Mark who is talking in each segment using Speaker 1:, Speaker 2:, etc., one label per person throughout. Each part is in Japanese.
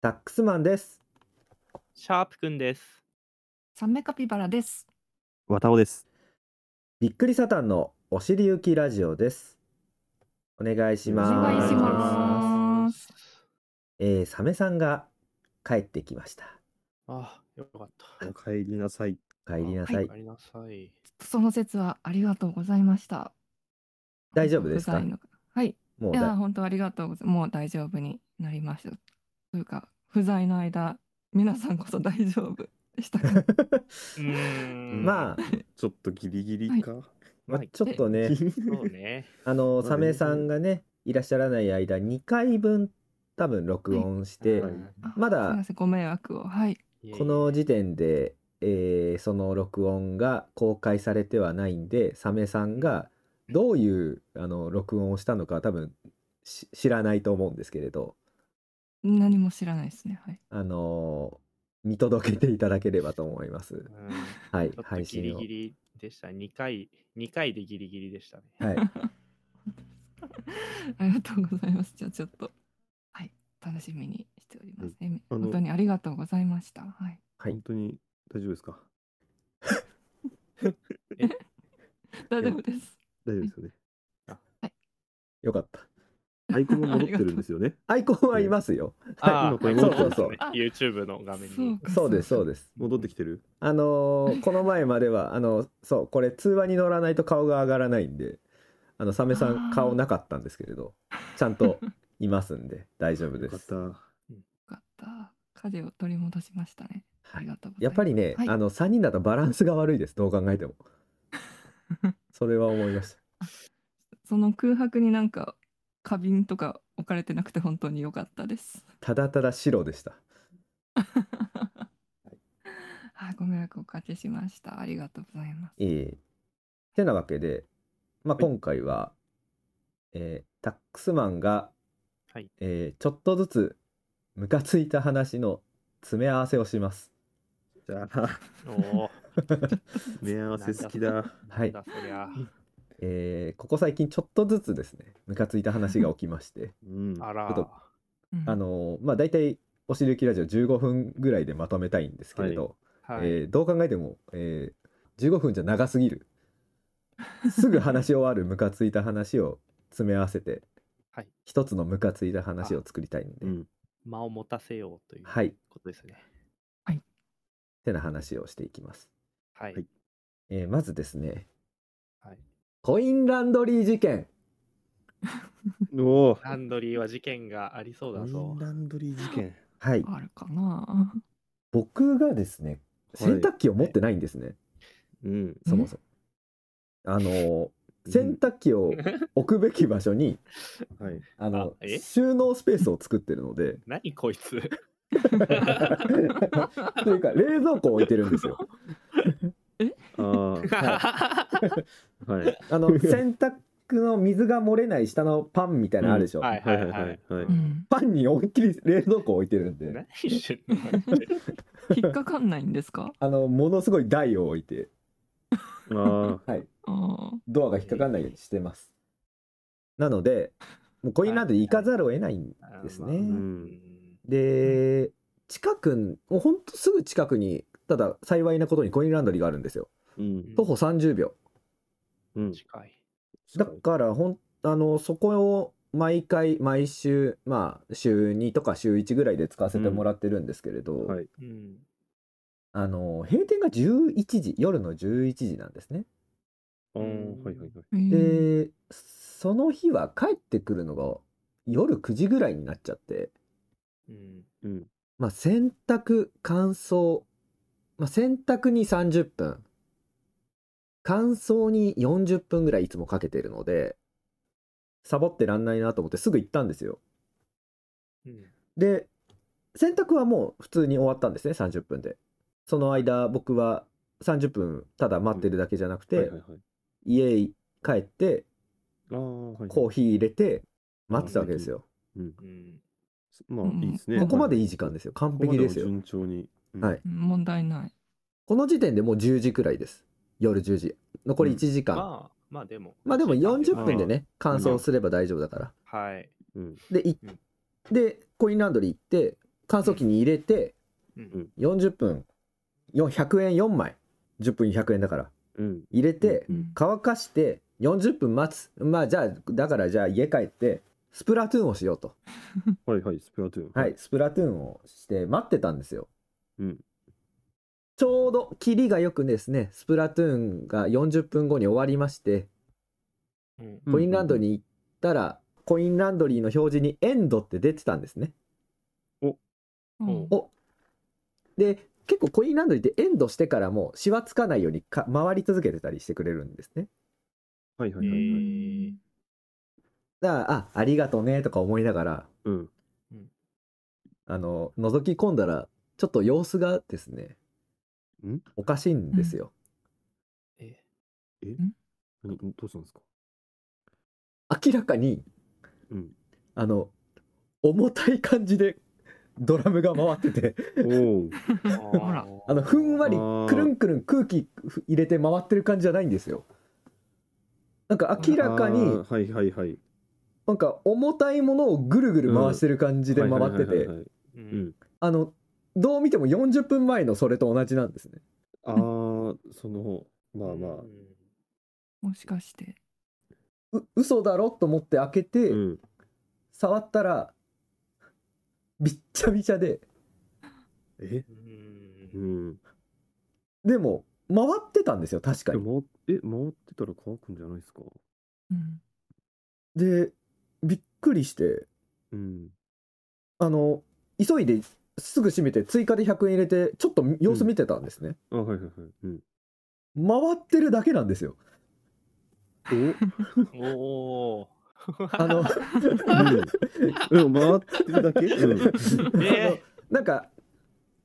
Speaker 1: タックスマンです。
Speaker 2: シャープくんです。
Speaker 3: サメカピバラです。
Speaker 4: 渡尾です。
Speaker 1: びっくりサタンのお尻行きラジオです。お願いし
Speaker 3: お
Speaker 1: ます。
Speaker 3: 願いし
Speaker 2: す
Speaker 3: ます。
Speaker 1: えーサメさんが帰ってきました。
Speaker 2: ああ、よかった。
Speaker 4: お帰りなさい。
Speaker 1: 帰りなさい。
Speaker 3: はい
Speaker 2: ありなさい。
Speaker 3: その説はありがとうございました。
Speaker 1: 大丈夫ですか
Speaker 3: 不在のはい。
Speaker 1: もう
Speaker 3: いや
Speaker 1: だ
Speaker 3: 本当ありがとうございます。もう大丈夫になりました。というか不在の間皆さんこそ大丈夫でしたか。
Speaker 2: うー ん
Speaker 1: まあ、
Speaker 4: ちょっとギリギリか。
Speaker 1: まあ
Speaker 2: はい
Speaker 1: ちょっとね、
Speaker 2: そうね。
Speaker 1: あの
Speaker 4: まあ
Speaker 1: サメさんがねいらっしゃらない間2回分多分録音して、
Speaker 4: はい
Speaker 3: あ
Speaker 1: まだ
Speaker 3: すみませんご迷惑をはい。
Speaker 1: この時点で、えーその録音が公開されてはないんでサメさんがどういうあの録音をしたのかは多分し知らないと思うんですけれど、
Speaker 3: 何も知らないですね。はい。
Speaker 1: あのー見届けていただければと思います
Speaker 2: う。ん
Speaker 1: はい
Speaker 2: ちょ、っと
Speaker 1: 配
Speaker 2: ギ
Speaker 1: 信
Speaker 2: リ
Speaker 1: を
Speaker 2: ギ。リでした。2回、二回でギリギリでしたね。
Speaker 1: はい、
Speaker 3: ありがとうございます。じゃあちょっとはい楽しみにしております。え
Speaker 4: あの
Speaker 3: 本当にありがとうございました。はい。
Speaker 1: はい
Speaker 4: 本当に大丈夫ですか
Speaker 3: 大丈夫です。
Speaker 4: 大丈夫ですよね。
Speaker 1: よかった。
Speaker 4: アイコンが戻ってるんですよね。
Speaker 1: アイコンはいますよ。
Speaker 2: ああ、
Speaker 4: 今これ
Speaker 2: そう
Speaker 4: 戻
Speaker 2: そ
Speaker 4: っ
Speaker 2: う
Speaker 4: て
Speaker 2: そ
Speaker 1: ま
Speaker 2: う
Speaker 1: すね。
Speaker 2: YouTube の画面
Speaker 3: そう
Speaker 2: に。
Speaker 3: か
Speaker 1: そうです、そうです。
Speaker 4: 戻ってきてる
Speaker 1: あのーこの前まで はあのそうこれ通話に乗らないと顔が上がらないんであのサメさ
Speaker 3: あ
Speaker 1: ん
Speaker 3: ー
Speaker 1: 顔なかったんですけれどちゃんといますんで大丈夫
Speaker 4: よ
Speaker 1: で
Speaker 4: かっ
Speaker 1: す
Speaker 4: た。
Speaker 3: よかった。風を取り戻しましたね。ありがとうございます。
Speaker 1: やっぱりね、
Speaker 3: はい
Speaker 1: あの3人だとバランスが悪いですどう考え てもそれは思いました
Speaker 3: その空白になんか花瓶とか置かれてなくて本当に良かった です。
Speaker 1: ただただ白でした
Speaker 3: はい、ご迷惑をおかけしました。ありがとうございます。
Speaker 1: ええてなわけで、まあ、今回は、えータックスマンが、
Speaker 2: はい
Speaker 1: えーちょっとずつムカついた話の詰め合わせをします
Speaker 4: じゃあ、
Speaker 2: おお、
Speaker 4: 目合わせ好きだ。
Speaker 1: はい
Speaker 2: なんだそりゃ。
Speaker 1: えーここ最近ちょっとずつですねムカついた話が起きまして
Speaker 4: うん。
Speaker 2: あ
Speaker 1: ちょっ
Speaker 2: ら。
Speaker 3: うん
Speaker 1: あのーまあ大体「おしるきラジオ」15分ぐらいでまとめたいんですけれど、
Speaker 2: はい。
Speaker 1: えーどう考えても、えー15分じゃ長すぎるすぐ話し終わるムカついた話を詰め合わせて、
Speaker 2: はい
Speaker 1: 一つのムカついた話を作りたいので、
Speaker 4: うん
Speaker 2: 間を持たせようという
Speaker 1: はい
Speaker 2: ことですね。
Speaker 1: てな話をしていきます、
Speaker 2: はい。
Speaker 4: はい
Speaker 1: えーまずですね
Speaker 2: はい
Speaker 1: コインランドリー事件
Speaker 4: おお。
Speaker 2: ランドリーは事件がありそうだ
Speaker 4: コイ
Speaker 2: そ
Speaker 4: ン
Speaker 2: う。
Speaker 4: ランドリー事件。
Speaker 1: はい
Speaker 3: あるかな。
Speaker 1: 僕がですね洗濯機を持ってないんですね、
Speaker 4: うん。
Speaker 1: そもそも。あの
Speaker 4: うん
Speaker 1: 洗濯機を置くべき場所に
Speaker 4: はい。
Speaker 1: あの
Speaker 2: あえ
Speaker 1: 収納スペースを作ってるので
Speaker 2: 何こいつ。
Speaker 1: というか冷蔵庫を置いてるんですよ。
Speaker 4: ああ。はい。
Speaker 1: あの洗濯の水が漏れない下のパンみたいなのあるでしょ、
Speaker 2: はい
Speaker 4: は
Speaker 2: はいい
Speaker 4: は
Speaker 2: はいい。
Speaker 4: はい。
Speaker 3: うん。
Speaker 1: パンに思いっきり冷蔵庫を置いてるんで
Speaker 2: 何してんの マジで
Speaker 3: 引っかかんないんですか
Speaker 1: あのものすごい台を置いて、
Speaker 4: ああ。
Speaker 1: はい、
Speaker 3: あー
Speaker 1: ドアが引っかかんないようにしてます。なのでもうコインランドリー行かざるを得ないんで
Speaker 2: あー
Speaker 1: ですね
Speaker 2: まあ
Speaker 4: うん。
Speaker 1: で、近くもうほんとすぐ近くにただ幸いなことにコインランドリーがあるんですよ
Speaker 4: うん。
Speaker 1: 徒歩30秒
Speaker 4: うん。
Speaker 2: 近い。
Speaker 1: だからほんあのそこを毎回毎週まあ週2とか週1ぐらいで使わせてもらってるんですけれど、
Speaker 4: はい。
Speaker 2: うん。
Speaker 1: あの閉店が11時夜の11時なんですね、
Speaker 4: ああ。はいはいはい。
Speaker 3: えー
Speaker 1: でその日は帰ってくるのが夜9時ぐらいになっちゃって
Speaker 2: うん。
Speaker 4: うん。
Speaker 1: まあ洗濯乾燥、まあ、洗濯に30分乾燥に40分ぐらいいつもかけてるのでサボってらんないなと思ってすぐ行ったんですよ
Speaker 2: うん
Speaker 1: で洗濯はもう普通に終わったんですね30分でその間僕は30分ただ待ってるだけじゃなくて、
Speaker 4: はいはいはい。
Speaker 1: 家へ帰って
Speaker 4: ああ、はい。
Speaker 1: コーヒー入れて待ってたわけですよ、
Speaker 2: うん。
Speaker 4: まあ、いいですね。
Speaker 1: ここまでいい
Speaker 4: い
Speaker 1: 時間ですよ完璧ですよ
Speaker 4: 順調に。うん
Speaker 1: はい。
Speaker 3: うん問題ない。
Speaker 1: この時点でもう10時くらいです夜10時残り1時間、
Speaker 2: まあ、まあでも。
Speaker 1: まあでも40分でね乾
Speaker 4: う
Speaker 1: 燥
Speaker 4: ん
Speaker 1: すれば大丈夫だから
Speaker 2: はい。
Speaker 4: うん。
Speaker 1: でい
Speaker 2: うん
Speaker 1: でコインランドリー行って乾燥機に入れて
Speaker 2: うん
Speaker 1: 40分よ100円4枚10分100円だから
Speaker 4: うん。
Speaker 1: 入れて
Speaker 3: うん
Speaker 1: 乾かして40分待つまあじゃあだからじゃあ家帰ってスプラトゥーンをしようと
Speaker 4: はいはい、スプラトゥーン。
Speaker 1: はい。スプラトゥーンをして待ってたんですよ
Speaker 4: うん。
Speaker 1: ちょうど霧がよくですねスプラトゥーンが40分後に終わりまして
Speaker 2: うん
Speaker 1: コインランドリー
Speaker 4: に。
Speaker 1: に行ったらコインランドリーの表示にエンドって出てたんですね
Speaker 3: うん
Speaker 1: おで結構コインランドリーってエンドしてからもシワつかないようにか回り続けてたりしてくれるんですね
Speaker 4: はいは
Speaker 2: え
Speaker 4: いはいはい。
Speaker 2: ー
Speaker 1: だからあありがとうねとか思いながら
Speaker 4: うん。
Speaker 1: あの覗き込んだらちょっと様子がですね
Speaker 4: ん
Speaker 1: おかしいんですよ、
Speaker 2: え
Speaker 4: 何どうしたんですか
Speaker 1: 明らかに
Speaker 4: うん。
Speaker 1: あの重たい感じでドラムが回って て
Speaker 4: おお。
Speaker 2: ー
Speaker 3: ほら
Speaker 1: あのふんわり
Speaker 4: あー
Speaker 1: くるんくるん空気ふ入れて回ってる感じじゃないんですよなんか明らか
Speaker 4: あ
Speaker 1: に
Speaker 4: ーはいはいはい。
Speaker 1: なんか重たいものをぐるぐる回してる感じで回って
Speaker 4: はいはい
Speaker 1: て
Speaker 4: はいはい。
Speaker 2: う
Speaker 4: うんん。
Speaker 1: あのどう見ても40分前のそれと同じなんですね
Speaker 4: ああ、その、まあまあ。
Speaker 3: もしかして。
Speaker 1: う嘘だろと思って開けて、
Speaker 4: うん。
Speaker 1: 触ったらびっちゃびちゃで
Speaker 4: え
Speaker 2: うん
Speaker 4: うん。
Speaker 1: でも回ってたんですよ確か
Speaker 4: で
Speaker 1: に
Speaker 4: も回っえ、回ってたら乾くんじゃないですか
Speaker 3: うん
Speaker 1: でびっくりして
Speaker 4: うん。
Speaker 1: あの急いですぐ閉めて追加で100円入れてちょっと様子見てたんですね、
Speaker 4: あ、はいはいはい。うん。
Speaker 1: 回ってるだけなんですよ
Speaker 4: お
Speaker 2: おお。
Speaker 1: あ の
Speaker 4: うん。うん、回ってるだけ うん。
Speaker 2: え
Speaker 1: なんか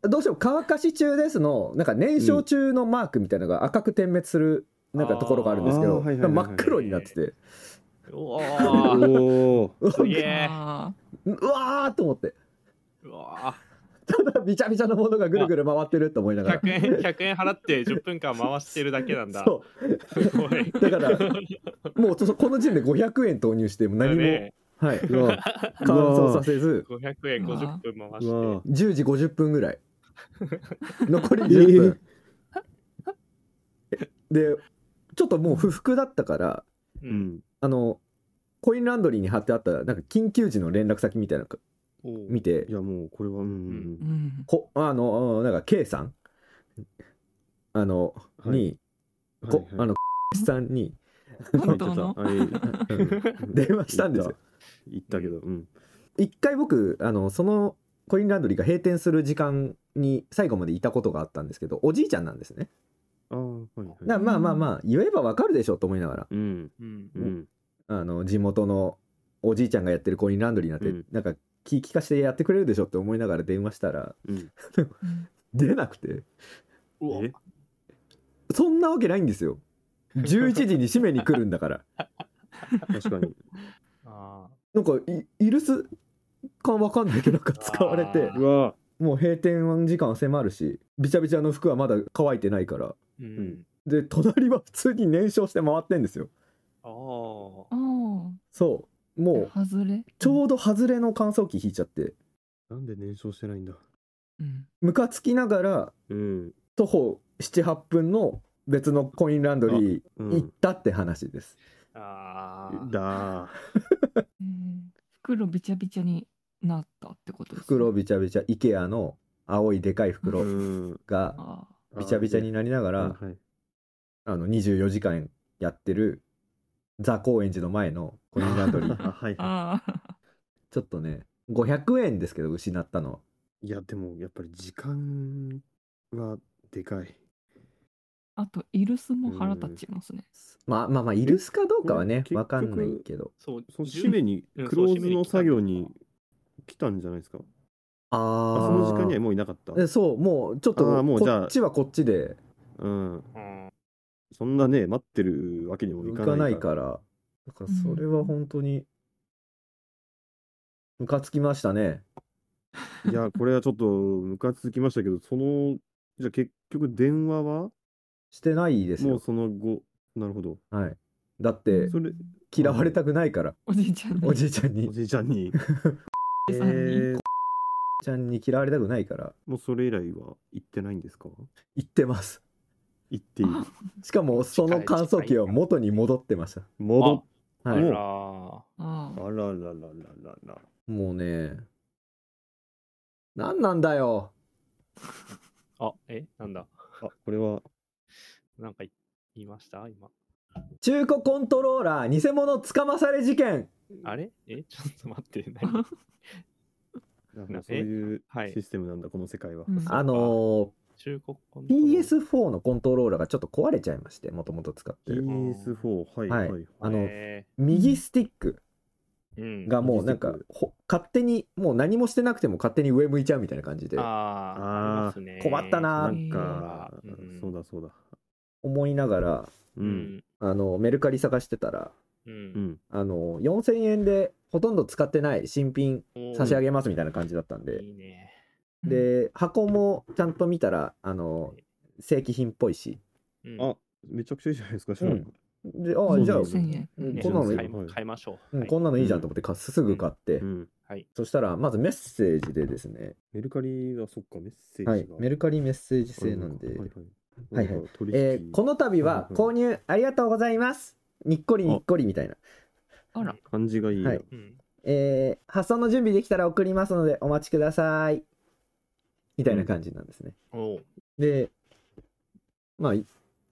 Speaker 1: どうしても乾かし中ですのなんか燃焼中のマークみたいなのが赤く点滅するなんかところがあるんですけ
Speaker 4: あ
Speaker 1: ど
Speaker 4: ーはいはいはいはい
Speaker 1: 真っ黒になってて
Speaker 2: ー、おお。
Speaker 4: おお。
Speaker 2: すげえ。
Speaker 3: あ
Speaker 1: うわーと思って
Speaker 2: うわ
Speaker 1: ただびちゃびちゃのものがぐるぐる回ってると思いなが
Speaker 2: ー
Speaker 1: ら
Speaker 2: 100円100円払って10分間回してるだけなんだ。
Speaker 1: そ
Speaker 2: すごい。
Speaker 1: うだからもうそこの時点で500円投入して何も、
Speaker 2: ね
Speaker 1: はい、
Speaker 4: うわ。
Speaker 1: 乾燥させず
Speaker 2: 500円50分回
Speaker 4: う
Speaker 2: して
Speaker 1: 10
Speaker 4: わ。
Speaker 1: 時50分ぐら い残り
Speaker 4: え
Speaker 1: 10
Speaker 4: ー
Speaker 1: 分、でちょっともう不服だったから
Speaker 2: う。
Speaker 4: うんん。
Speaker 1: あのコインランドリーに貼ってあったなんか緊急時の連絡先みたいなの
Speaker 2: おー
Speaker 1: 見て
Speaker 4: いや、もう、これは、うんう。
Speaker 3: ーうん ん
Speaker 1: こあのなんか K さんあの、
Speaker 4: はい
Speaker 1: に、
Speaker 4: うん。
Speaker 1: こあ
Speaker 4: の、
Speaker 1: のさんに
Speaker 3: 本当の。
Speaker 4: はい うん
Speaker 1: 電話したんですよ。
Speaker 4: 言ったけど、うん。
Speaker 1: 一回僕あのそのコインランドリーが閉店する時間に最後までいたことがあったんですけどおじいちゃんなんですね
Speaker 4: ああ、はいはい。
Speaker 1: だからまあまあまあ言えばわかるでしょうと思いなが
Speaker 4: うん。
Speaker 2: うん
Speaker 4: う。ん。
Speaker 1: らあの地元のおじいちゃんがやってるコインランドリーなんて、
Speaker 4: うん
Speaker 1: なんか気利かしてやってくれるでしょって思いながら電話したら
Speaker 4: うん。
Speaker 3: うん
Speaker 1: 出なくて
Speaker 2: うわ
Speaker 4: え
Speaker 1: そんなわけないんですよ11時に締めに来るんだ から
Speaker 4: 確かに。
Speaker 2: あ
Speaker 1: なんかいイルスかわかんないけどなんか使われて
Speaker 2: あ
Speaker 4: うわ。
Speaker 1: もう閉店時間迫るしびちゃびちゃの服はまだ乾いてないから
Speaker 2: ーう
Speaker 4: うん
Speaker 2: ん。
Speaker 1: で隣は普通に燃焼して回ってんですよ
Speaker 2: ああ。
Speaker 3: あ
Speaker 1: そうもう
Speaker 3: あ。外れ。
Speaker 1: ちょうど外れの乾燥機引いちゃって
Speaker 4: なんで燃焼してないんだ。
Speaker 3: うん。
Speaker 1: ムカつきながら
Speaker 4: うん。
Speaker 1: 徒歩78分の別のコインランドリ
Speaker 4: う
Speaker 1: ー行っ
Speaker 4: ん。
Speaker 1: たって話です、
Speaker 2: ああ。
Speaker 4: だ
Speaker 3: え
Speaker 4: ー。
Speaker 3: ー袋びちゃびちゃになったってことです。
Speaker 1: 袋。びちゃびちゃ IKEA の青いでかい袋
Speaker 4: うん。
Speaker 1: が
Speaker 3: あ
Speaker 1: びちゃびちゃになりなが
Speaker 4: た
Speaker 1: ら
Speaker 4: はい。
Speaker 1: あの24時間やってるザ・高円寺の前のコインランド リー
Speaker 4: あ、はい
Speaker 3: あ。
Speaker 4: は。
Speaker 3: ああ。
Speaker 1: ちょっとね500円ですけど失ったのはい
Speaker 4: いや、でも、やっぱり時間はでかい。
Speaker 3: あとイルスも腹立ちますね。
Speaker 1: まあまあまあイルスかどうかはね
Speaker 4: これ
Speaker 1: わかんないけど
Speaker 2: そう。
Speaker 4: その締めに、
Speaker 2: うん
Speaker 4: クローズの作業に来たんじゃないですか。
Speaker 1: あ
Speaker 4: あ
Speaker 1: あ
Speaker 4: その時間にはもういなかった。
Speaker 1: えそうもうちょっと
Speaker 4: あーもうじゃあ
Speaker 1: こっちはこっちで
Speaker 4: うん。
Speaker 2: うん
Speaker 4: そんなね、待ってるわけにもい
Speaker 1: 浮
Speaker 4: か
Speaker 1: か
Speaker 4: な
Speaker 1: ないいか
Speaker 4: から。
Speaker 1: らだからそれは本当にムカつきましたね
Speaker 4: いや、これはちょっとムカつきましたけど、その、じゃあ結局電話は
Speaker 1: してないです
Speaker 4: もう
Speaker 1: よ
Speaker 4: その後、なるほど。
Speaker 1: はいだって
Speaker 4: それ
Speaker 1: 嫌われたくないから
Speaker 3: おじいちゃんに。
Speaker 1: おじいちゃんに
Speaker 4: おじいちゃんに。
Speaker 3: おじいさんに。
Speaker 4: えー
Speaker 1: ちゃんに嫌われたくないから、
Speaker 4: もうそれ以来は行ってないんですか
Speaker 1: 行ってます。
Speaker 4: 行っていい。
Speaker 1: しかも、その乾燥機は元に戻ってました。
Speaker 4: 戻っ
Speaker 2: あ
Speaker 1: はい。
Speaker 2: ら
Speaker 3: あ
Speaker 4: あ
Speaker 3: あ
Speaker 4: らららららら。
Speaker 1: もうね、何なんだよ。
Speaker 2: あ、え、なんだ。
Speaker 4: あ、これは、
Speaker 2: なんかい言いました今。
Speaker 1: 中古コントローラー、偽物捕まされ事件。
Speaker 2: あれえ、ちょっと待って。 何
Speaker 4: なんかそういう
Speaker 2: はい
Speaker 4: システムなんだ、この世界は。
Speaker 3: うん
Speaker 1: あの
Speaker 2: 中国コン
Speaker 1: ー
Speaker 2: トロール
Speaker 1: PS4 のコントローラーがちょっと壊れちゃいまして、もともと使ってる。
Speaker 4: PS4、はい、
Speaker 1: は
Speaker 4: はいい、はい。
Speaker 1: あの
Speaker 2: え
Speaker 1: 右スティック
Speaker 2: ーうん。
Speaker 1: がもうなんか
Speaker 4: うん、
Speaker 1: ほ勝手に、もう何もしてなくても勝手に上向いちゃうみたいな感じで、
Speaker 2: あーありますね、
Speaker 1: 困ったなー
Speaker 4: なんか
Speaker 2: えー、
Speaker 4: そうだそうだ。
Speaker 1: 思いながら、
Speaker 4: う、
Speaker 2: うんん。
Speaker 1: あの、メルカリ探してたら、
Speaker 2: う。
Speaker 4: うんん。
Speaker 1: あの、4000円でほとんど使ってない新品
Speaker 2: おー
Speaker 1: 差し上げますみたいな感じだったんで、
Speaker 2: いいね。
Speaker 1: で、箱もちゃんと見たら、あの、正規品っぽいし、
Speaker 2: うん
Speaker 4: あ、めちゃくちゃいいじゃないですか、しかも
Speaker 1: うんで、ああ、じゃあ、
Speaker 4: そううそうん
Speaker 3: 1000円。
Speaker 1: こん
Speaker 2: ね
Speaker 1: なのいい
Speaker 2: 買いま買いましょう。はい
Speaker 1: こんなのいいじゃんと思ってか、すぐ買って、
Speaker 4: うん
Speaker 2: はい。
Speaker 1: そしたら、まずメッセージでですね、
Speaker 4: メルカリが、そっか、メッセージが。
Speaker 1: はい、メルカリメッセージ
Speaker 4: あれ
Speaker 1: 制なんで、
Speaker 4: はい
Speaker 1: は
Speaker 4: はいい。
Speaker 1: はい
Speaker 4: なんか取引
Speaker 1: えーこの度は購入ありがとうございます。にっこりにっこりみたいな。
Speaker 3: あら、
Speaker 4: 感じがいいな。
Speaker 1: はい
Speaker 2: うん。
Speaker 1: えー発送の準備できたら送りますのでお待ちください。みたいな感じなんですね。
Speaker 2: おう。
Speaker 1: で、まあ、い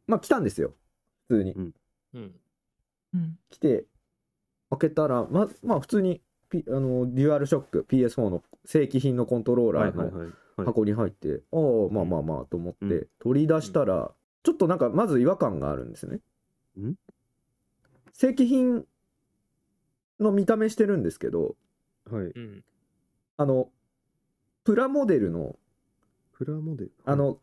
Speaker 1: まあ来たんですよ。普通に。
Speaker 2: うん。
Speaker 3: うん。
Speaker 1: 来て、開けたら、ま、まあ普通に、P、あの、デュアルショック PS4 の正規品のコントロー
Speaker 4: は
Speaker 1: ラ
Speaker 4: い、
Speaker 1: ー
Speaker 4: はい、
Speaker 1: の
Speaker 4: はい。はい
Speaker 1: 箱に入って、ああ、まあまあまあと思って、
Speaker 4: うん
Speaker 1: 取り出したら、ちょっとなんかまず違和感があるんですね。
Speaker 4: ん
Speaker 1: 正規品の見た目してるんですけど、
Speaker 4: はい。
Speaker 2: うん。
Speaker 1: あの、プラモデルの、
Speaker 4: プラモデル。
Speaker 1: あの、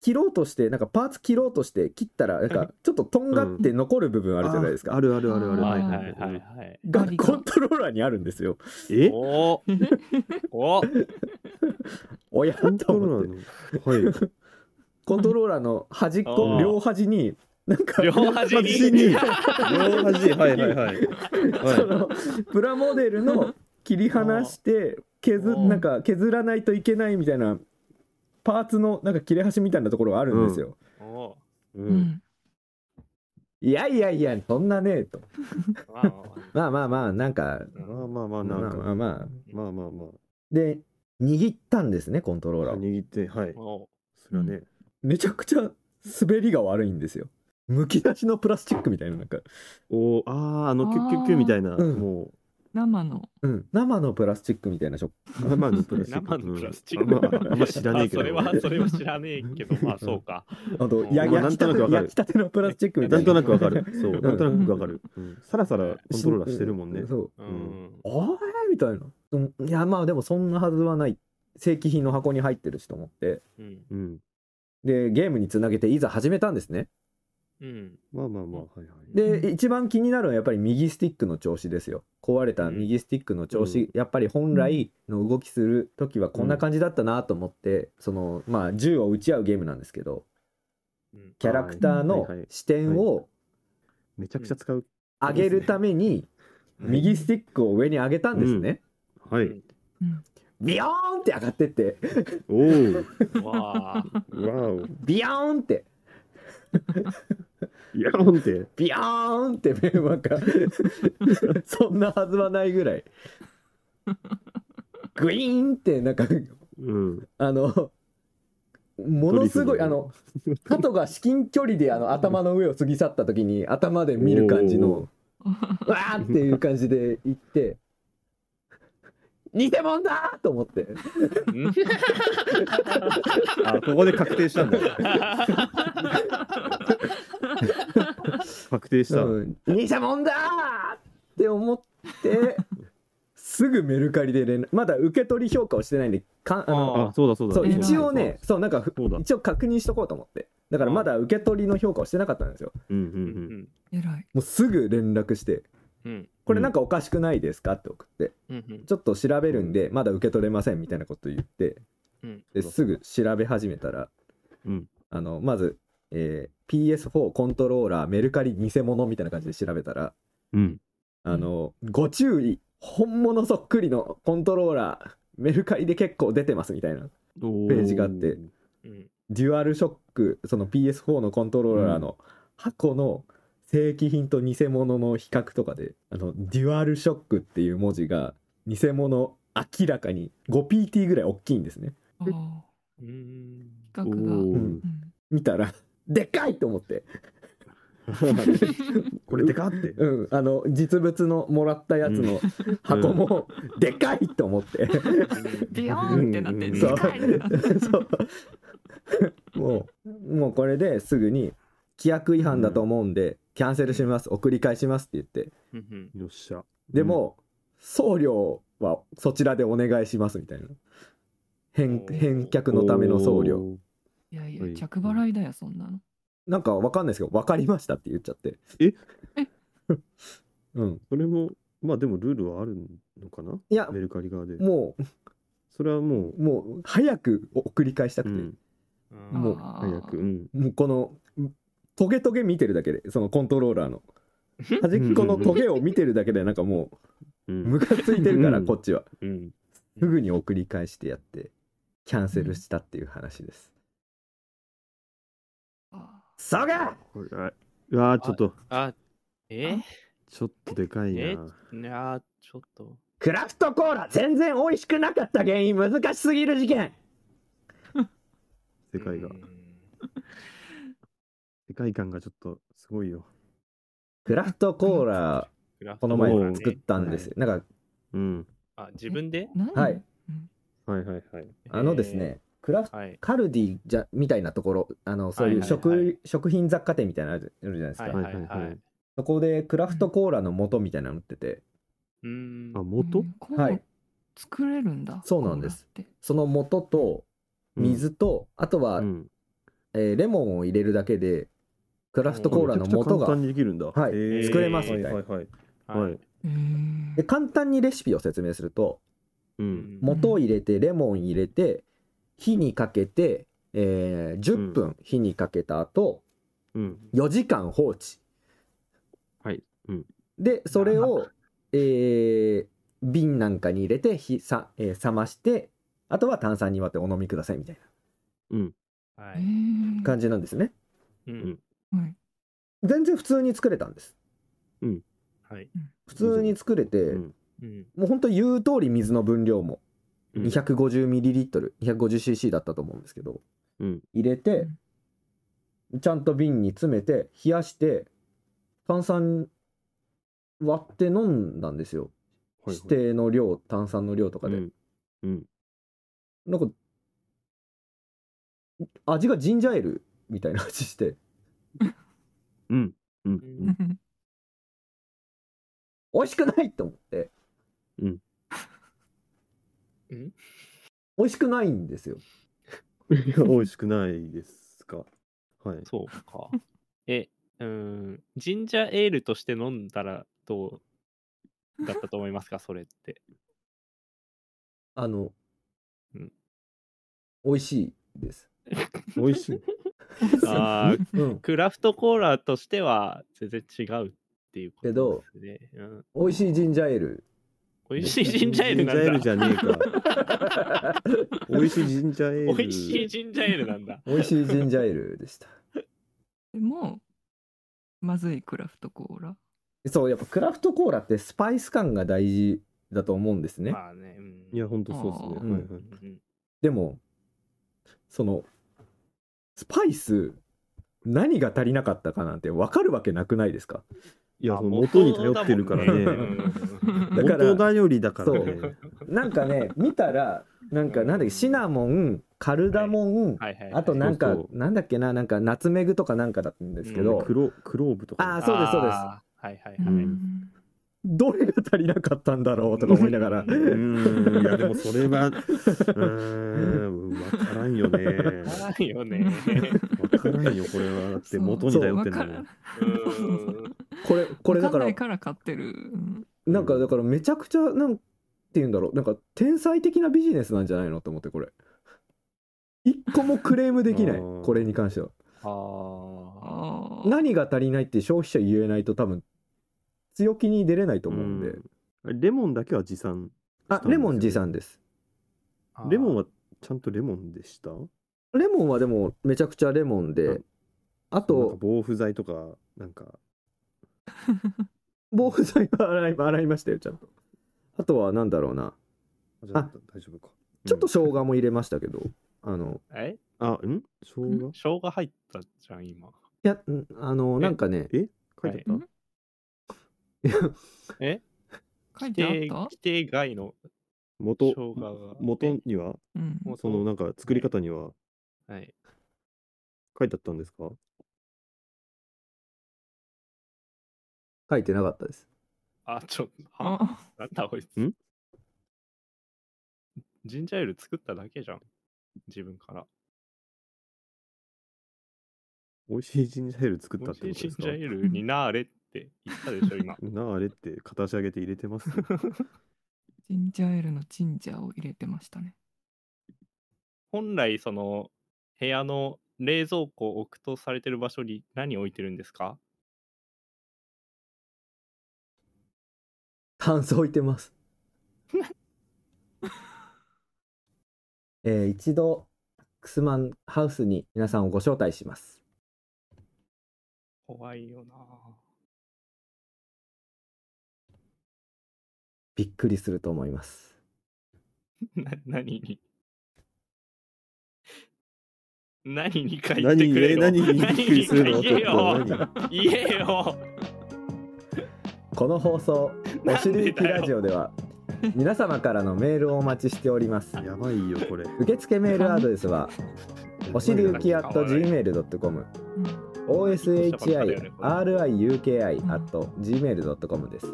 Speaker 1: 切ろうとして、なんかパーツ切ろうとして、切ったら、 なんかちょっととんがって残る部分あるじゃないですか。
Speaker 4: あるあるあるあ
Speaker 2: はい
Speaker 4: る。
Speaker 2: はい
Speaker 3: あー
Speaker 2: はいはい。
Speaker 1: が
Speaker 3: ありが
Speaker 1: コントローラーにあるんですよ。
Speaker 4: え
Speaker 2: おーおー
Speaker 1: おや
Speaker 4: コン
Speaker 1: と
Speaker 4: ト
Speaker 1: 思
Speaker 4: ロ
Speaker 1: って
Speaker 4: ーラーの。はい。
Speaker 1: コントローラーの端っ
Speaker 2: あ
Speaker 1: こ
Speaker 2: ー
Speaker 1: 両端になんか
Speaker 2: 両端 に
Speaker 1: 端に
Speaker 4: 両端、はいはいはい。
Speaker 1: そ
Speaker 4: は
Speaker 1: のプラモデル の切り離して削
Speaker 2: おー
Speaker 1: なんか削らないといけないみたいなパーツのなんか切れ端みたいなところがあるんですよ。
Speaker 2: お
Speaker 4: い。
Speaker 3: う。
Speaker 4: うん
Speaker 1: いやいやいやそんなねえと。
Speaker 2: ーわあわ
Speaker 1: まあまあまあ なんか
Speaker 2: あ
Speaker 4: ま
Speaker 2: わ
Speaker 4: あまあま
Speaker 1: ま
Speaker 4: あ、な
Speaker 1: あ
Speaker 4: んか。
Speaker 1: まあまあ
Speaker 4: まあまあまあ。
Speaker 1: で握ったんですねコントローラーを。
Speaker 4: 握って、はい
Speaker 2: あ。お
Speaker 4: それはね。
Speaker 1: めちゃくちゃ滑りが悪いんですよ。むき出しのプラスチックみたいななんか、
Speaker 4: おーあー、あの、キュッキュッキュッみたいな、
Speaker 1: うん
Speaker 4: も
Speaker 3: 生の。
Speaker 1: うん、生のプラスチックみたいな食
Speaker 4: う、生のプラスチック。
Speaker 2: 生のプラスチック。
Speaker 4: うんあんまあんま知らねえけ
Speaker 2: あ
Speaker 4: ど。
Speaker 2: それは、それは知らねえけど、まあそうか。
Speaker 1: あとや
Speaker 2: まあ
Speaker 1: 焼きた
Speaker 4: なんとな
Speaker 1: て
Speaker 4: くわかる
Speaker 1: 焼きたてのプラスチックみた
Speaker 4: ないん
Speaker 1: な
Speaker 4: となくわかる。そう、
Speaker 1: ん
Speaker 4: なんとなくわかる。うんさらさらコントローラーしてるもんね。
Speaker 1: そう
Speaker 2: う
Speaker 4: うんん。
Speaker 1: あれみたいなうんいやまあでもそんなはずはない正規品の箱に入ってるしと思って
Speaker 2: うん。
Speaker 4: うん。
Speaker 1: でゲームにつなげていざ始めたんですね
Speaker 2: うん。
Speaker 4: まあまあまあ、はいはい。
Speaker 1: で、
Speaker 3: うん
Speaker 1: 一番気になるのはやっぱり右スティックの調子ですよ壊れた右スティックの調子、
Speaker 4: うん
Speaker 1: やっぱり本来の動きする時はこんな感じだったなと思って、そのまあ銃を撃ち合うゲームなんですけど
Speaker 2: うん
Speaker 1: キャラクターの
Speaker 4: はいはい
Speaker 1: 視点を
Speaker 4: めちゃくちゃ使う。
Speaker 1: 上げるために右スティックを上に上げたんですね、
Speaker 4: は
Speaker 2: うん
Speaker 4: い。
Speaker 1: ビヨーンって上がってって
Speaker 4: おお。
Speaker 2: わあ。
Speaker 4: わお。
Speaker 1: ビヨーンって
Speaker 4: いや、ほんて。
Speaker 1: ビヨーンってメンバー がそんなはずはないぐらいグイーンってなんか
Speaker 4: うん。
Speaker 1: あのものすごい
Speaker 4: ド
Speaker 1: あ
Speaker 4: リフ
Speaker 1: の鳩が至近距離であの頭の上を過ぎ去った時に頭で見る感じ
Speaker 4: お
Speaker 1: のわーっていう感じで行って似てもんだーと思って
Speaker 2: うん
Speaker 4: あ、ここで確定したんだ。確定した。
Speaker 1: うん偽物だーって思ってすぐメルカリで連絡まだ受け取り評価をしてないんでかあの
Speaker 2: あ
Speaker 4: あ、そうだそうだ。
Speaker 1: そう
Speaker 3: 偉い
Speaker 1: 一応ねそうなんかふ
Speaker 4: そうだ。
Speaker 1: 一応確認しとこうと思ってだからまだ受け取りの評価をしてなかったんですよ
Speaker 4: うんう
Speaker 2: うんん。
Speaker 3: えらい。
Speaker 1: もうすぐ連絡して
Speaker 2: うん。
Speaker 1: 「これなんかおかしくないですか?」って送って
Speaker 2: う
Speaker 1: 「
Speaker 2: ん
Speaker 1: ちょっと調べるんでまだ受け取れません」みたいなこと言って
Speaker 2: うん。
Speaker 1: ですぐ調べ始めたら
Speaker 4: うん。
Speaker 1: あのまず、えー PS4 コントローラーメルカリ偽物みたいな感じで調べたら
Speaker 4: うん。
Speaker 1: あの、ご注意、本物そっくりのコントローラー、メルカリで結構出てますみたいな。
Speaker 4: ペー
Speaker 1: ージがあって
Speaker 2: うん。
Speaker 1: デュアルショック、その PS4 のコントローラーの箱の正規品と偽物の比較とかで、あの、デュアルショックっていう文字が、偽物明らかに 5PT ぐらい大きいんですね。
Speaker 3: ああ
Speaker 2: うーん。
Speaker 3: 企画が、うん
Speaker 1: うん見たら、でかいと思って。
Speaker 4: これでかって。
Speaker 1: うん、あの、実物のもらったやつの箱も、でかいと思って。
Speaker 3: ビヨーンってなって
Speaker 4: うん
Speaker 3: で
Speaker 1: そう
Speaker 3: かいって なって
Speaker 1: そうもうもうこれですぐに規約違反だと思うんで、キャンセルします送り返しますって言って
Speaker 2: うんうん
Speaker 4: よっしゃ。
Speaker 1: でも、送料はそちらでお願いしますみたいな返
Speaker 2: おー
Speaker 1: 返却のための送料
Speaker 4: おー。
Speaker 3: いやい
Speaker 4: はい
Speaker 3: や着払いだよそんなの
Speaker 1: なんかわかんないですけど分かりましたって言っちゃって
Speaker 4: え
Speaker 1: うん
Speaker 4: それも、まあでもルールはあるのかない
Speaker 1: や
Speaker 4: メルカリ側で。
Speaker 1: も
Speaker 4: それはも
Speaker 1: うもう早く送り返した
Speaker 4: う、う
Speaker 1: くて、
Speaker 4: ん、
Speaker 2: あー
Speaker 1: もう
Speaker 3: あー
Speaker 4: 早く。うん。
Speaker 1: もうこのトゲトゲ見てるだけでそのコントローラーの端っこのトゲを見てるだけでなんかもう
Speaker 4: うん
Speaker 1: ムカついてるか
Speaker 4: う
Speaker 1: ら
Speaker 4: ん
Speaker 1: こっちは
Speaker 4: うん。
Speaker 1: すぐに送り返してやってキャンセルしたっていう話です
Speaker 3: あ
Speaker 1: そが
Speaker 4: これはうわーちょっと、
Speaker 2: あ、え
Speaker 4: ちょっとでかい
Speaker 2: え
Speaker 4: な。
Speaker 2: いやーちょっと。
Speaker 1: クラフトコーラ全然美味しくなかった原因難しすぎる事件
Speaker 4: 世界が
Speaker 2: う。ん
Speaker 4: 世界観がちょっとすごいよ。
Speaker 1: クラフトコーラ
Speaker 2: クラフト
Speaker 1: この前作ったんですよなんか
Speaker 4: うん。
Speaker 2: あ、自分で
Speaker 3: ー何
Speaker 1: はい
Speaker 3: うん
Speaker 4: はいはいはい。
Speaker 1: あのです。ねクラフ
Speaker 2: えーはい。
Speaker 1: カルディじゃみたいなところあのそういう
Speaker 2: はいはいは
Speaker 1: 食食品雑貨店みたいなのあるじゃないですか、
Speaker 2: はい
Speaker 4: は
Speaker 2: はいい
Speaker 4: は
Speaker 2: はいい
Speaker 4: はい
Speaker 2: はい。う
Speaker 1: そこでクラフトコーラの素みたいなの売ってて
Speaker 2: ーん。
Speaker 4: あ、元
Speaker 3: うんこう
Speaker 1: はい
Speaker 3: 作れるんだ
Speaker 1: そうなんです
Speaker 3: こうやって
Speaker 1: その素と水と、あとは、
Speaker 4: うん
Speaker 1: えーレモンを入れるだけでクラフトコーラの
Speaker 4: めちゃくち
Speaker 1: 素
Speaker 4: ゃ
Speaker 1: が
Speaker 4: 簡単にできるんだ。
Speaker 1: はい
Speaker 4: へー
Speaker 2: 作れます
Speaker 4: は
Speaker 1: み
Speaker 4: い
Speaker 1: たいな
Speaker 4: はいはい。
Speaker 2: は
Speaker 4: はい
Speaker 2: い。
Speaker 3: へー
Speaker 1: で簡単にレシピを説明すると
Speaker 4: う。
Speaker 2: うんん
Speaker 1: 元を入れてレモン入れて火にかけて、えー10分火にかけた後
Speaker 4: うん。
Speaker 1: 4時間放置
Speaker 4: はいうん
Speaker 1: でそれを、えー瓶なんかに入れて火さ、えー冷ましてあとは炭酸に割ってお飲みくださいみたい
Speaker 4: うん。
Speaker 2: は
Speaker 3: へ
Speaker 2: い。
Speaker 1: な
Speaker 3: ー
Speaker 1: 感じなんですね
Speaker 2: うん。
Speaker 3: はい
Speaker 1: 全然普通に作れたんです
Speaker 2: はい。
Speaker 1: 普通に作れて、
Speaker 4: うん
Speaker 2: うん。
Speaker 1: もうほんと言う通り水の分量も
Speaker 4: うん
Speaker 1: 250ml250cc だったと思うんですけど、
Speaker 4: うん
Speaker 1: 入れて、ちゃんと瓶に詰めて冷やして炭酸割って飲んだんですよ、
Speaker 4: はい
Speaker 1: 指定の量炭酸の量とかで、
Speaker 4: うんうん。
Speaker 1: なんか味がジンジャーエールみたいな味して
Speaker 4: うん。う
Speaker 2: う
Speaker 4: ん。
Speaker 2: ん
Speaker 1: 美味しくないと思って、
Speaker 4: うん
Speaker 2: うん
Speaker 1: 美味しくないんですよ
Speaker 4: い や美味しくないですか。はい。
Speaker 2: そうか。 え、うーん。ジンジャーエールとして飲んだらどうだったと思いますか、 それって。
Speaker 1: あの、
Speaker 2: うん
Speaker 1: 美味しいです
Speaker 4: 美味しい。
Speaker 2: あー
Speaker 1: うん、
Speaker 2: クラフトコーラとしては全然違うっていうことですね。うん
Speaker 1: 美味しいジンジャーエール。
Speaker 2: 美味しいジンジャーエールなんだ。
Speaker 4: ジンジャーエールじゃねえか。美味しいジンジャーエール。
Speaker 2: 美味しいジンジャーエールなんだ。
Speaker 1: 美味しいジンジャーエールでした。
Speaker 3: でもまずいクラフトコーラ
Speaker 1: そう、やっぱクラフトコーラってスパイス感が大事だと思うんですね。
Speaker 2: まあね。うん
Speaker 4: いや、ほんとそうです
Speaker 1: う
Speaker 4: ね。
Speaker 1: ん
Speaker 4: はいは
Speaker 2: う
Speaker 4: い。
Speaker 2: ん
Speaker 1: でも、その、スパイス、何が足りなかったかなんて分かるわけなくないですか
Speaker 4: いや、その元に頼ってるから
Speaker 2: 元だも
Speaker 4: ね。
Speaker 2: んうん
Speaker 1: だから
Speaker 4: 元頼りだからね。
Speaker 1: なんかね、見たら、なんか、なんだっけ、シナモン、カルダモン、
Speaker 2: はいはいはい。
Speaker 1: あとなんか
Speaker 4: そう、そ
Speaker 1: なんだっけな、なんか、ナツメグとかなんかだったんですけ
Speaker 2: う
Speaker 1: ど
Speaker 4: ク、ロクローブとかね。
Speaker 1: あそうですそうです
Speaker 2: あーはいはいはい。
Speaker 3: うん
Speaker 1: どれが足りなかったんだろうとか思いなが ら
Speaker 2: う。
Speaker 4: うーんいやでもそれは、うーん、わからんよね。わ
Speaker 2: ないよね。
Speaker 4: からんよ、これは。だって
Speaker 3: そう
Speaker 4: 元に頼ってんだ
Speaker 3: わから
Speaker 4: もん
Speaker 3: ん。
Speaker 2: うん
Speaker 1: これ、これだ
Speaker 3: わか
Speaker 1: か
Speaker 3: んな
Speaker 1: ら
Speaker 3: い、から買ってるうん
Speaker 1: なんかだからめちゃくちゃなんて言うんだろうなんか天才的なビジネスなんじゃないのと思ってこれ一個もクレームできない
Speaker 4: あー
Speaker 1: これに関しては
Speaker 2: あ
Speaker 3: あー
Speaker 1: 何が足りないって消費者言えないと多分強気に出れないと思うんで
Speaker 4: うんレモンだけは持参。
Speaker 1: あレモン持参です
Speaker 4: レモンはちゃんとレモンでした
Speaker 1: レモンはでもめちゃくちゃレモン
Speaker 4: う
Speaker 1: で
Speaker 4: ん、
Speaker 1: あ
Speaker 4: なんか
Speaker 1: と、
Speaker 4: 防腐剤とか、なんか、
Speaker 1: 防腐剤は洗い洗いましたよ、ちゃんと。あとはなんだろうな、
Speaker 4: あじゃあ大丈夫か。
Speaker 1: ちょっと
Speaker 4: うん
Speaker 1: 生姜も入れましたけど、あの、
Speaker 2: え
Speaker 4: あ、ん生姜
Speaker 2: 生姜入ったじゃん、今。
Speaker 1: いや、んあの、なんかね、
Speaker 4: 書いてあっ
Speaker 3: はい
Speaker 4: た
Speaker 2: え
Speaker 3: 書
Speaker 2: 規
Speaker 3: いてあ
Speaker 2: 定
Speaker 3: った
Speaker 2: 規定外の生
Speaker 4: 元
Speaker 2: 姜、が。
Speaker 4: 元には、
Speaker 3: うん。
Speaker 2: 元
Speaker 4: そのなんか作り方には
Speaker 2: はい。
Speaker 4: 書いてあったんですか
Speaker 1: 書いてなかったです。
Speaker 2: あ、ちょ、は
Speaker 3: あ
Speaker 2: なんだこいつ。
Speaker 4: ん
Speaker 2: ジンジャーエール作っただけじゃん。自分から。
Speaker 4: 美味しいジンジャーエール作ったって
Speaker 2: 美
Speaker 4: こ
Speaker 2: 味し
Speaker 4: と
Speaker 2: いジ
Speaker 4: です
Speaker 2: ン
Speaker 4: か
Speaker 2: ジャーエールになーれって言ったでしょ、 今。
Speaker 4: なあ、あれって片足上 げて入れてますよ。
Speaker 3: ジンジャーエールのジンジャーを入れてましたね。
Speaker 2: 本来、その、部屋の冷蔵庫を置くとされてる場所に何置いてるんですか
Speaker 1: タンス置いてます。 えー一度、タックスマンハウスに皆さんをご招待します。
Speaker 2: 怖いよな ぁ
Speaker 1: びっくりすると思います。
Speaker 2: な何に 何に書いて
Speaker 4: 何
Speaker 2: くれよ
Speaker 4: に何にびっくりする
Speaker 2: 何に
Speaker 4: の
Speaker 2: 書いてよ
Speaker 4: ちょっ と
Speaker 2: 言えよ
Speaker 1: この放送、おしりゆき
Speaker 2: な
Speaker 1: ラ
Speaker 2: んでだよ
Speaker 1: ジオでは、皆様からのメールをお待ちしております。
Speaker 4: 何やばいよ、これ。
Speaker 1: 受付メールアドレス は、おしりゆき at gmail.com、
Speaker 3: うん、
Speaker 1: oshiriuki.gmail.com です。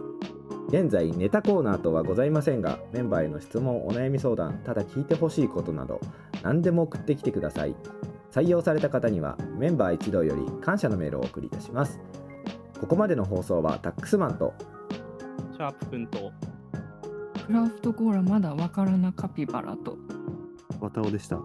Speaker 1: 現在、ネタコーナーとはございませんが、メンバーへの質問、お悩み相談、ただ聞いてほしいことなど、何でも送ってきてください。採用された方には、メンバー一同より感謝のメールをお送りいたします。ここまでの放送は、タックスマンと、
Speaker 2: シャープくんと
Speaker 3: クラフトコーラまだわからなカピバラと。
Speaker 4: わたおでした。